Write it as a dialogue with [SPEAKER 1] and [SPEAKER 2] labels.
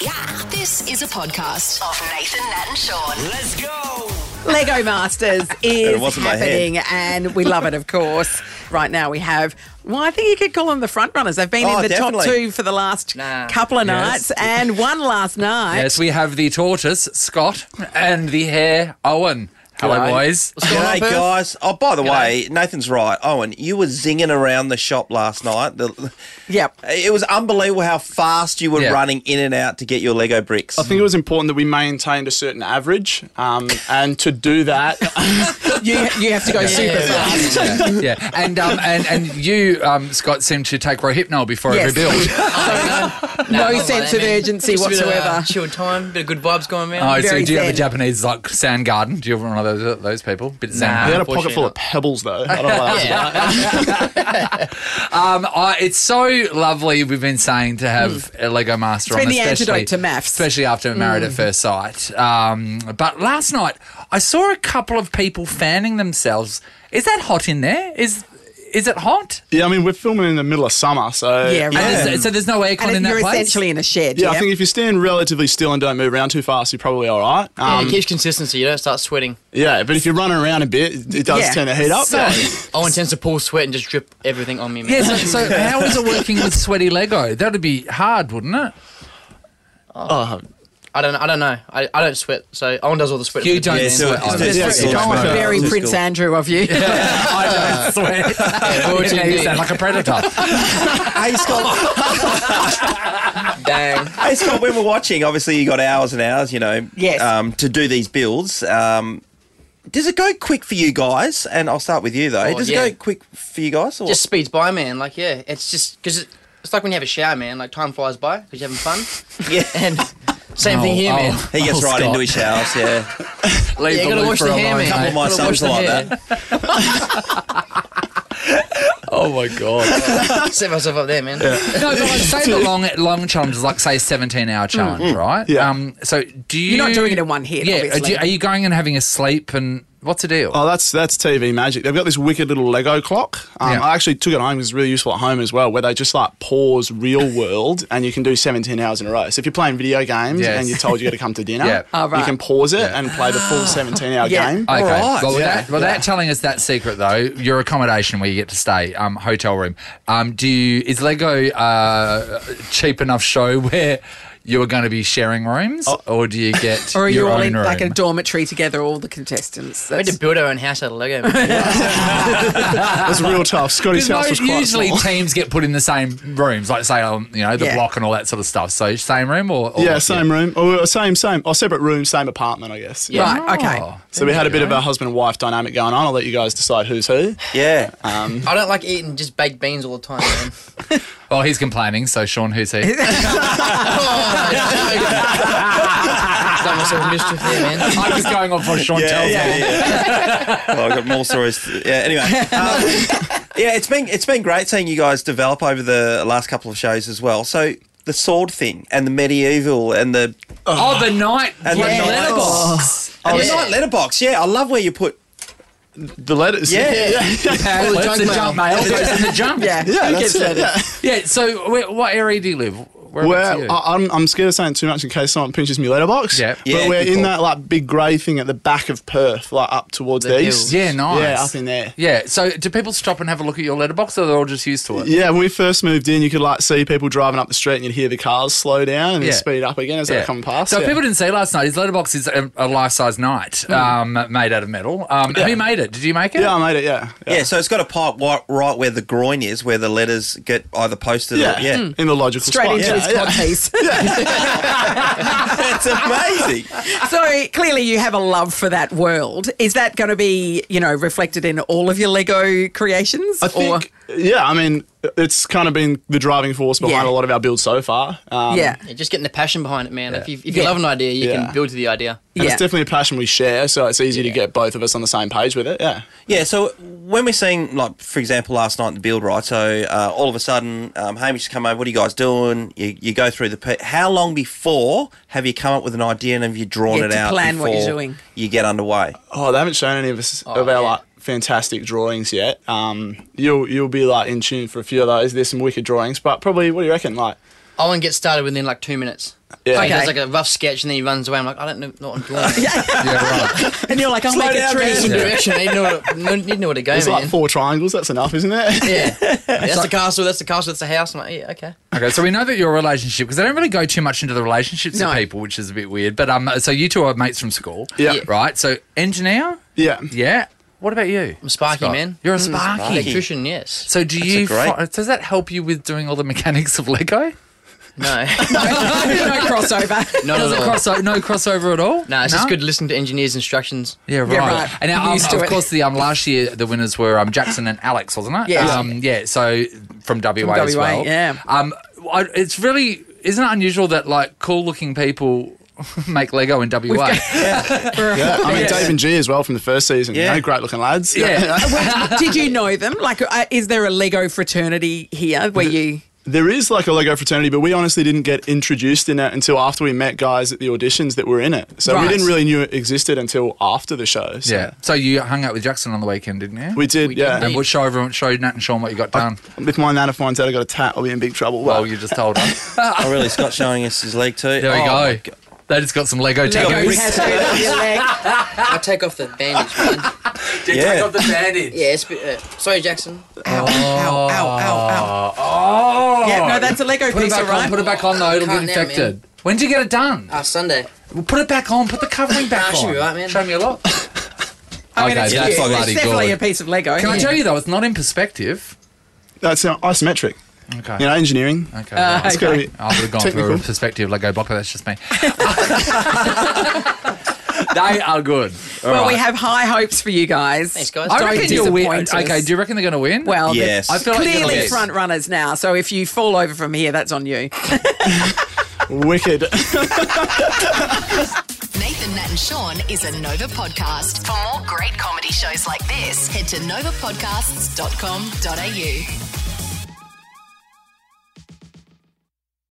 [SPEAKER 1] Yeah. This is a podcast of Nathan, Nat, and Sean.
[SPEAKER 2] Let's go.
[SPEAKER 3] Lego Masters
[SPEAKER 2] It
[SPEAKER 3] is
[SPEAKER 2] wasn't my head.
[SPEAKER 3] happening, and we love it, of course. Right now, we have. Well, I think you could call them the front runners. They've been
[SPEAKER 2] Oh,
[SPEAKER 3] in the top
[SPEAKER 2] definitely.
[SPEAKER 3] two for the last
[SPEAKER 4] Nah.
[SPEAKER 3] couple of nights,
[SPEAKER 5] Yes.
[SPEAKER 3] and one last night.
[SPEAKER 5] Yes, we have the tortoise, Scott, and the hare, Owen. Hello,
[SPEAKER 4] G'day.
[SPEAKER 5] boys.
[SPEAKER 2] G'day, guys. Oh, by the way, Nathan's right. Owen, you were zinging around the shop last night. The,
[SPEAKER 3] Yep.
[SPEAKER 2] it was unbelievable how fast you were
[SPEAKER 5] Yeah.
[SPEAKER 2] running in and out to get your Lego bricks.
[SPEAKER 6] I think it was important that we maintained a certain average, um, and to do that,
[SPEAKER 3] You, you have to go super fast.
[SPEAKER 5] Yeah, yeah. and um, and and you, um, Scott, seem to take Rohypnol before
[SPEAKER 3] Yes.
[SPEAKER 5] every build.
[SPEAKER 3] No sense of urgency
[SPEAKER 4] Just a bit of, uh,
[SPEAKER 3] whatsoever.
[SPEAKER 4] chilled time, bit of good vibes going, man.
[SPEAKER 5] Oh, so
[SPEAKER 3] Very
[SPEAKER 5] do you have a
[SPEAKER 3] zen.
[SPEAKER 5] Japanese like sand garden? Do you have one of those, those people? Bit zen.
[SPEAKER 4] Nah.
[SPEAKER 6] we had a
[SPEAKER 4] Unfortunately
[SPEAKER 6] pocket full
[SPEAKER 4] not.
[SPEAKER 6] of pebbles, though. I don't know why that's about.
[SPEAKER 5] Um, I, it's so lovely. We've been saying to have a Lego Master
[SPEAKER 3] Hmm. It's
[SPEAKER 5] on,
[SPEAKER 3] been the
[SPEAKER 5] especially
[SPEAKER 3] antidote to maths. Hmm.
[SPEAKER 5] especially after Married at First Sight. Um, but last night, I saw a couple of people fanning themselves. Is that hot in there? Is is it hot?
[SPEAKER 6] Yeah, I mean, we're filming in the middle of summer, so
[SPEAKER 3] Yeah, right.
[SPEAKER 5] And there's- so there's no aircon
[SPEAKER 3] And
[SPEAKER 5] in that
[SPEAKER 3] you're
[SPEAKER 5] place.
[SPEAKER 3] essentially in a shed.
[SPEAKER 6] Yeah,
[SPEAKER 3] Yeah,
[SPEAKER 6] I think if you stand relatively still and don't move around too fast, you're probably all right.
[SPEAKER 4] yeah, it
[SPEAKER 6] Um,
[SPEAKER 4] keeps consistency. You don't start sweating.
[SPEAKER 6] yeah, but if you're running around a bit, it it does
[SPEAKER 3] Yeah.
[SPEAKER 6] turn the heat up.
[SPEAKER 5] So-
[SPEAKER 4] Owen tends to pull sweat and just drip everything on me, man.
[SPEAKER 5] Yeah, so, so how is it working with sweaty Lego? That'd be hard, wouldn't it?
[SPEAKER 4] I don't. I don't know. I, I don't sweat. So Owen does all the sweat.
[SPEAKER 5] You
[SPEAKER 4] for the
[SPEAKER 5] don't
[SPEAKER 4] team,
[SPEAKER 2] yeah,
[SPEAKER 4] man.
[SPEAKER 2] so
[SPEAKER 5] sweat.
[SPEAKER 2] it's just-
[SPEAKER 5] I don't
[SPEAKER 2] it's
[SPEAKER 5] sweat.
[SPEAKER 2] just-
[SPEAKER 5] Yeah.
[SPEAKER 3] Very
[SPEAKER 2] it's
[SPEAKER 3] Prince
[SPEAKER 2] cool.
[SPEAKER 3] Andrew of you.
[SPEAKER 5] I don't sweat.
[SPEAKER 4] would you
[SPEAKER 5] Yeah, you
[SPEAKER 4] do?
[SPEAKER 5] sound like a predator.
[SPEAKER 2] Hey, Scott.
[SPEAKER 4] Dang.
[SPEAKER 2] hey, Scott, when we're watching, obviously you got hours and hours, you know,
[SPEAKER 3] Yes.
[SPEAKER 2] um, to do these builds. Um, does it go quick for you guys? And I'll start with you, though.
[SPEAKER 4] Oh,
[SPEAKER 2] does
[SPEAKER 4] yeah.
[SPEAKER 2] it go quick for you guys? Or?
[SPEAKER 4] Just speeds by, man. Like yeah, it's just because it, it's like when you have a shower, man. Like time flies by because you're having fun.
[SPEAKER 2] yeah.
[SPEAKER 4] And same thing here,
[SPEAKER 5] Oh,
[SPEAKER 4] man.
[SPEAKER 5] oh,
[SPEAKER 2] He gets
[SPEAKER 5] oh,
[SPEAKER 2] right
[SPEAKER 5] Scott.
[SPEAKER 2] into his showers, yeah.
[SPEAKER 5] Leave
[SPEAKER 4] Yeah, you
[SPEAKER 5] the
[SPEAKER 4] gotta
[SPEAKER 5] loo
[SPEAKER 4] wash
[SPEAKER 5] for
[SPEAKER 4] the
[SPEAKER 5] a
[SPEAKER 4] hair,
[SPEAKER 5] long
[SPEAKER 4] man.
[SPEAKER 5] time.
[SPEAKER 2] Couple of my
[SPEAKER 4] gotta
[SPEAKER 2] sons
[SPEAKER 4] wash the
[SPEAKER 2] like
[SPEAKER 4] hair.
[SPEAKER 2] that.
[SPEAKER 5] Oh my god.
[SPEAKER 4] Set myself up there, man.
[SPEAKER 5] No, but like, say the long long challenge is like say seventeen hour challenge, right?
[SPEAKER 6] Yeah.
[SPEAKER 5] Um, so do you?
[SPEAKER 3] You're not doing it in one hit,
[SPEAKER 5] Yeah.
[SPEAKER 3] obviously.
[SPEAKER 5] Are you, are you going and having a sleep and what's the deal?
[SPEAKER 6] Oh, that's that's TV magic. They've got this wicked little Lego clock. Um,
[SPEAKER 5] Yeah.
[SPEAKER 6] I actually took it home. 'cause It's really useful at home as well, where they just like pause real world, and you can do 17 hours in a row. So if you're playing video games
[SPEAKER 5] Yes.
[SPEAKER 6] and you're told you got to come to dinner,
[SPEAKER 5] Yeah.
[SPEAKER 3] Oh, right.
[SPEAKER 6] you can pause it and play the full 17 hour
[SPEAKER 3] Yeah.
[SPEAKER 6] game.
[SPEAKER 5] Okay.
[SPEAKER 2] right.
[SPEAKER 5] Well,
[SPEAKER 6] Yeah.
[SPEAKER 5] without, without telling us that secret though, your accommodation where you get to stay, um, hotel room. Um, do you, is Lego uh, cheap enough show where you are going to be sharing rooms, or do you get
[SPEAKER 3] Or are
[SPEAKER 5] your
[SPEAKER 3] you all
[SPEAKER 5] own
[SPEAKER 3] in
[SPEAKER 5] room?
[SPEAKER 3] like a dormitory together, all the contestants?
[SPEAKER 4] We had to build our own house out of Lego. Man.
[SPEAKER 6] That's real tough. Scotty's
[SPEAKER 5] 'Cause
[SPEAKER 6] house
[SPEAKER 5] no-
[SPEAKER 6] was quite
[SPEAKER 5] usually
[SPEAKER 6] small.
[SPEAKER 5] teams get put in the same rooms, like say um, you know the
[SPEAKER 3] Yeah.
[SPEAKER 5] block and all that sort of stuff. So same room or, or
[SPEAKER 6] Yeah, same room. Or same, same. Or separate room, same apartment, I guess. Yeah.
[SPEAKER 3] Right, okay.
[SPEAKER 5] Oh.
[SPEAKER 6] So we had a bit of a husband and wife dynamic going on. I'll let you guys decide who's who.
[SPEAKER 2] Yeah.
[SPEAKER 4] I don't like eating just baked beans all the time, man.
[SPEAKER 5] Well, he's complaining. So Sean, who's he?
[SPEAKER 4] Done myself mischief there, man.
[SPEAKER 5] I'm just going off what Sean tells me.
[SPEAKER 2] yeah. well, I've got more stories. to- yeah. Anyway, um, yeah, it's been it's been great seeing you guys develop over the last couple of shows as well. So the sword thing and the medieval and the
[SPEAKER 5] Oh, the night
[SPEAKER 2] And the
[SPEAKER 5] bloody
[SPEAKER 2] night. Oh.
[SPEAKER 5] letterbox.
[SPEAKER 2] and
[SPEAKER 4] yeah.
[SPEAKER 2] the night letterbox. Yeah, I love where you put.
[SPEAKER 6] The letters.
[SPEAKER 2] Yeah.
[SPEAKER 5] Paddle, it's the junk mail. goes in the junk.
[SPEAKER 3] Yeah.
[SPEAKER 6] Yeah,
[SPEAKER 3] Who
[SPEAKER 6] that's
[SPEAKER 3] gets
[SPEAKER 6] it,
[SPEAKER 3] letters?
[SPEAKER 6] yeah.
[SPEAKER 5] Yeah, So, where, what area do you live? Where
[SPEAKER 6] Well, I, I'm, I'm scared of saying too much in case someone pinches me letterbox.
[SPEAKER 5] Yeah.
[SPEAKER 2] Yeah,
[SPEAKER 6] but we're
[SPEAKER 2] good
[SPEAKER 6] in
[SPEAKER 2] call.
[SPEAKER 6] that like big grey thing at the back of Perth, like up towards
[SPEAKER 4] The
[SPEAKER 6] the east.
[SPEAKER 4] hills.
[SPEAKER 5] Yeah, nice.
[SPEAKER 6] Yeah, up in there.
[SPEAKER 5] Yeah. So, do people stop and have a look at your letterbox, or they're all just used to it?
[SPEAKER 6] Yeah, when we first moved in, you could like see people driving up the street and you'd hear the cars slow down and
[SPEAKER 5] Yeah.
[SPEAKER 6] then speed up again as
[SPEAKER 5] Yeah.
[SPEAKER 6] they come past.
[SPEAKER 5] So, if
[SPEAKER 6] yeah. Hmm.
[SPEAKER 5] people didn't see last night. His letterbox is a, a life-size knight, um, made out of metal. Um, Who made it? Did you make it?
[SPEAKER 6] yeah, um, I made it. Yeah,
[SPEAKER 2] Yeah, so it's got a pipe right, right where the groin is, where the letters get either posted.
[SPEAKER 6] yeah, Hmm.
[SPEAKER 2] or, yeah. Hmm.
[SPEAKER 6] in the logical
[SPEAKER 3] Straight
[SPEAKER 6] spot.
[SPEAKER 3] into
[SPEAKER 6] yeah,
[SPEAKER 3] his
[SPEAKER 6] yeah.
[SPEAKER 3] codpiece.
[SPEAKER 2] it's amazing.
[SPEAKER 3] So clearly, you have a love for that world. Is that going to be, you know, reflected in all of your Lego creations?
[SPEAKER 6] I think, yeah, I mean, it's kind of been the driving force behind
[SPEAKER 3] Yeah.
[SPEAKER 6] a lot of our builds so far. Um,
[SPEAKER 3] yeah,
[SPEAKER 4] Yeah, just getting the passion behind it, man. If you, if you
[SPEAKER 3] Yeah.
[SPEAKER 4] love an idea, you
[SPEAKER 6] Yeah.
[SPEAKER 4] can build to the idea.
[SPEAKER 6] And
[SPEAKER 3] yeah.
[SPEAKER 6] it's definitely a passion we share, so it's easy to get both of us on the same page with it. Yeah.
[SPEAKER 2] Yeah, so when we're seeing, like, for example, last night in the build, right? So uh, all of a sudden, um, Hamish has come over. What are you guys doing? You, you go through the. Pe- How long before have you come up with an idea and have you drawn
[SPEAKER 3] Yeah,
[SPEAKER 2] it
[SPEAKER 3] to
[SPEAKER 2] out?
[SPEAKER 3] plan what you're
[SPEAKER 2] before
[SPEAKER 3] doing.
[SPEAKER 2] You get underway.
[SPEAKER 6] Oh, they haven't shown any of us of our
[SPEAKER 4] yeah.
[SPEAKER 6] like fantastic drawings yet. Um, you'll you'll be like in tune for a few of those. There's some wicked drawings, but probably what do you reckon? Like,
[SPEAKER 4] Owen gets started within like two minutes.
[SPEAKER 6] Yeah.
[SPEAKER 4] He
[SPEAKER 3] Okay.
[SPEAKER 4] does like a rough sketch and then he runs away. I'm like, I don't know what I'm doing.
[SPEAKER 5] Yeah, right.
[SPEAKER 3] And you're like, I'll
[SPEAKER 6] Slow
[SPEAKER 3] make
[SPEAKER 6] down,
[SPEAKER 3] it
[SPEAKER 6] man.
[SPEAKER 3] three.
[SPEAKER 4] Some direction. I need to know what, no- need to know where to go,
[SPEAKER 6] It's
[SPEAKER 4] man.
[SPEAKER 6] like four triangles. That's enough, isn't it?
[SPEAKER 4] yeah, that's the castle. That's the castle. That's the house. I'm like, yeah, okay.
[SPEAKER 5] Okay, so we know that your relationship because they don't really go too much into the relationships
[SPEAKER 3] No.
[SPEAKER 5] of people, which is a bit weird. But um, so you two are mates from school,
[SPEAKER 6] Yeah. Yeah.
[SPEAKER 5] right? So engineer,
[SPEAKER 6] Yeah.
[SPEAKER 5] yeah. What about you?
[SPEAKER 4] I'm Sparky,
[SPEAKER 5] Scott?
[SPEAKER 4] man.
[SPEAKER 5] You're a Sparky.
[SPEAKER 4] Electrician, yes.
[SPEAKER 5] So do you?
[SPEAKER 2] a great-
[SPEAKER 5] fi- does that help you with doing all the mechanics of Lego?
[SPEAKER 4] No,
[SPEAKER 3] no crossover.
[SPEAKER 4] not
[SPEAKER 5] Does it
[SPEAKER 4] at all.
[SPEAKER 5] crossover? No crossover at all.
[SPEAKER 4] No, it's just good to listen to engineers' instructions.
[SPEAKER 5] Yeah, right.
[SPEAKER 3] Yeah, right.
[SPEAKER 5] And now, um,
[SPEAKER 3] Used to
[SPEAKER 5] of
[SPEAKER 3] it.
[SPEAKER 5] course, the um, last year the winners were um, Jackson and Alex, wasn't it?
[SPEAKER 3] Yes.
[SPEAKER 5] Um, yeah. So from WA, as
[SPEAKER 3] WA,
[SPEAKER 5] well.
[SPEAKER 3] yeah.
[SPEAKER 5] Um, I, it's really isn't it unusual that like cool looking people make Lego in WA?
[SPEAKER 6] Yeah. I mean, Dave and G as well from the first season.
[SPEAKER 2] Yeah.
[SPEAKER 6] Yeah. great looking lads.
[SPEAKER 5] Yeah.
[SPEAKER 3] Did you know them? Like, uh, is there a Lego fraternity here where you?
[SPEAKER 6] There is like a Lego fraternity, but we honestly didn't get introduced in it until after we met guys at the auditions that were in it. So
[SPEAKER 3] Right.
[SPEAKER 6] we didn't really knew it existed until after the show. So
[SPEAKER 5] yeah. So you hung out with Jackson on the weekend, didn't you?
[SPEAKER 6] We did,
[SPEAKER 4] We did
[SPEAKER 6] yeah.
[SPEAKER 5] And what show everyone show Nat and Sean what you got done?
[SPEAKER 6] If my nana finds out I got a tat, I'll be in big trouble.
[SPEAKER 5] well, you just told us.
[SPEAKER 2] Oh, really? Scott's showing us his leg too.
[SPEAKER 5] There we
[SPEAKER 2] Oh, my
[SPEAKER 5] go.
[SPEAKER 2] God.
[SPEAKER 5] They just got some Lego
[SPEAKER 3] Lego
[SPEAKER 5] Legos.
[SPEAKER 3] tattooed on your leg.
[SPEAKER 4] I'll take off the bandage, man.
[SPEAKER 2] Yeah.
[SPEAKER 5] the bandage.
[SPEAKER 4] Yeah, it's, uh, sorry, Jackson.
[SPEAKER 3] Ow, ow, ow, ow, ow.
[SPEAKER 5] Oh.
[SPEAKER 3] Yeah, no, that's a Lego
[SPEAKER 5] Put it
[SPEAKER 3] piece, all
[SPEAKER 5] back on.
[SPEAKER 3] right?
[SPEAKER 5] Put it back on though. It'll get
[SPEAKER 4] Can't now, man.
[SPEAKER 5] infected. when did you get it done?
[SPEAKER 4] Ah, Sunday.
[SPEAKER 5] Uh, Well, put it back on. Put the covering back
[SPEAKER 4] Ah, should
[SPEAKER 5] on.
[SPEAKER 4] be right, man.
[SPEAKER 5] Show me a lot.
[SPEAKER 3] I mean,
[SPEAKER 5] Okay,
[SPEAKER 3] it's,
[SPEAKER 5] that's
[SPEAKER 3] cute.
[SPEAKER 5] bloody
[SPEAKER 3] it's definitely
[SPEAKER 5] good.
[SPEAKER 3] a piece of Lego.
[SPEAKER 5] Can I tell you though, it's not in perspective.
[SPEAKER 6] That's uh, isometric.
[SPEAKER 5] Okay.
[SPEAKER 6] You know, engineering.
[SPEAKER 5] Okay.
[SPEAKER 3] Uh,
[SPEAKER 5] right.
[SPEAKER 6] It's gotta be-
[SPEAKER 5] I would have gone through a
[SPEAKER 6] Technical.
[SPEAKER 5] perspective Lego block, but that's just me. they are good. All
[SPEAKER 3] Well, we
[SPEAKER 5] right.
[SPEAKER 3] have high hopes for you guys.
[SPEAKER 4] Thanks, guys.
[SPEAKER 5] I
[SPEAKER 3] Don't
[SPEAKER 5] reckon you'll win.
[SPEAKER 3] disappoint us.
[SPEAKER 5] Okay, do you reckon they're going to win?
[SPEAKER 3] Well, they're
[SPEAKER 2] Yes.
[SPEAKER 5] I feel like
[SPEAKER 3] clearly
[SPEAKER 5] yes.
[SPEAKER 3] front runners now. So if you fall over from here, that's on you.
[SPEAKER 6] Wicked.
[SPEAKER 1] Nathan, Nat, and Sean is a Nova podcast. For more great comedy shows like this, head to novapodcasts.com.au.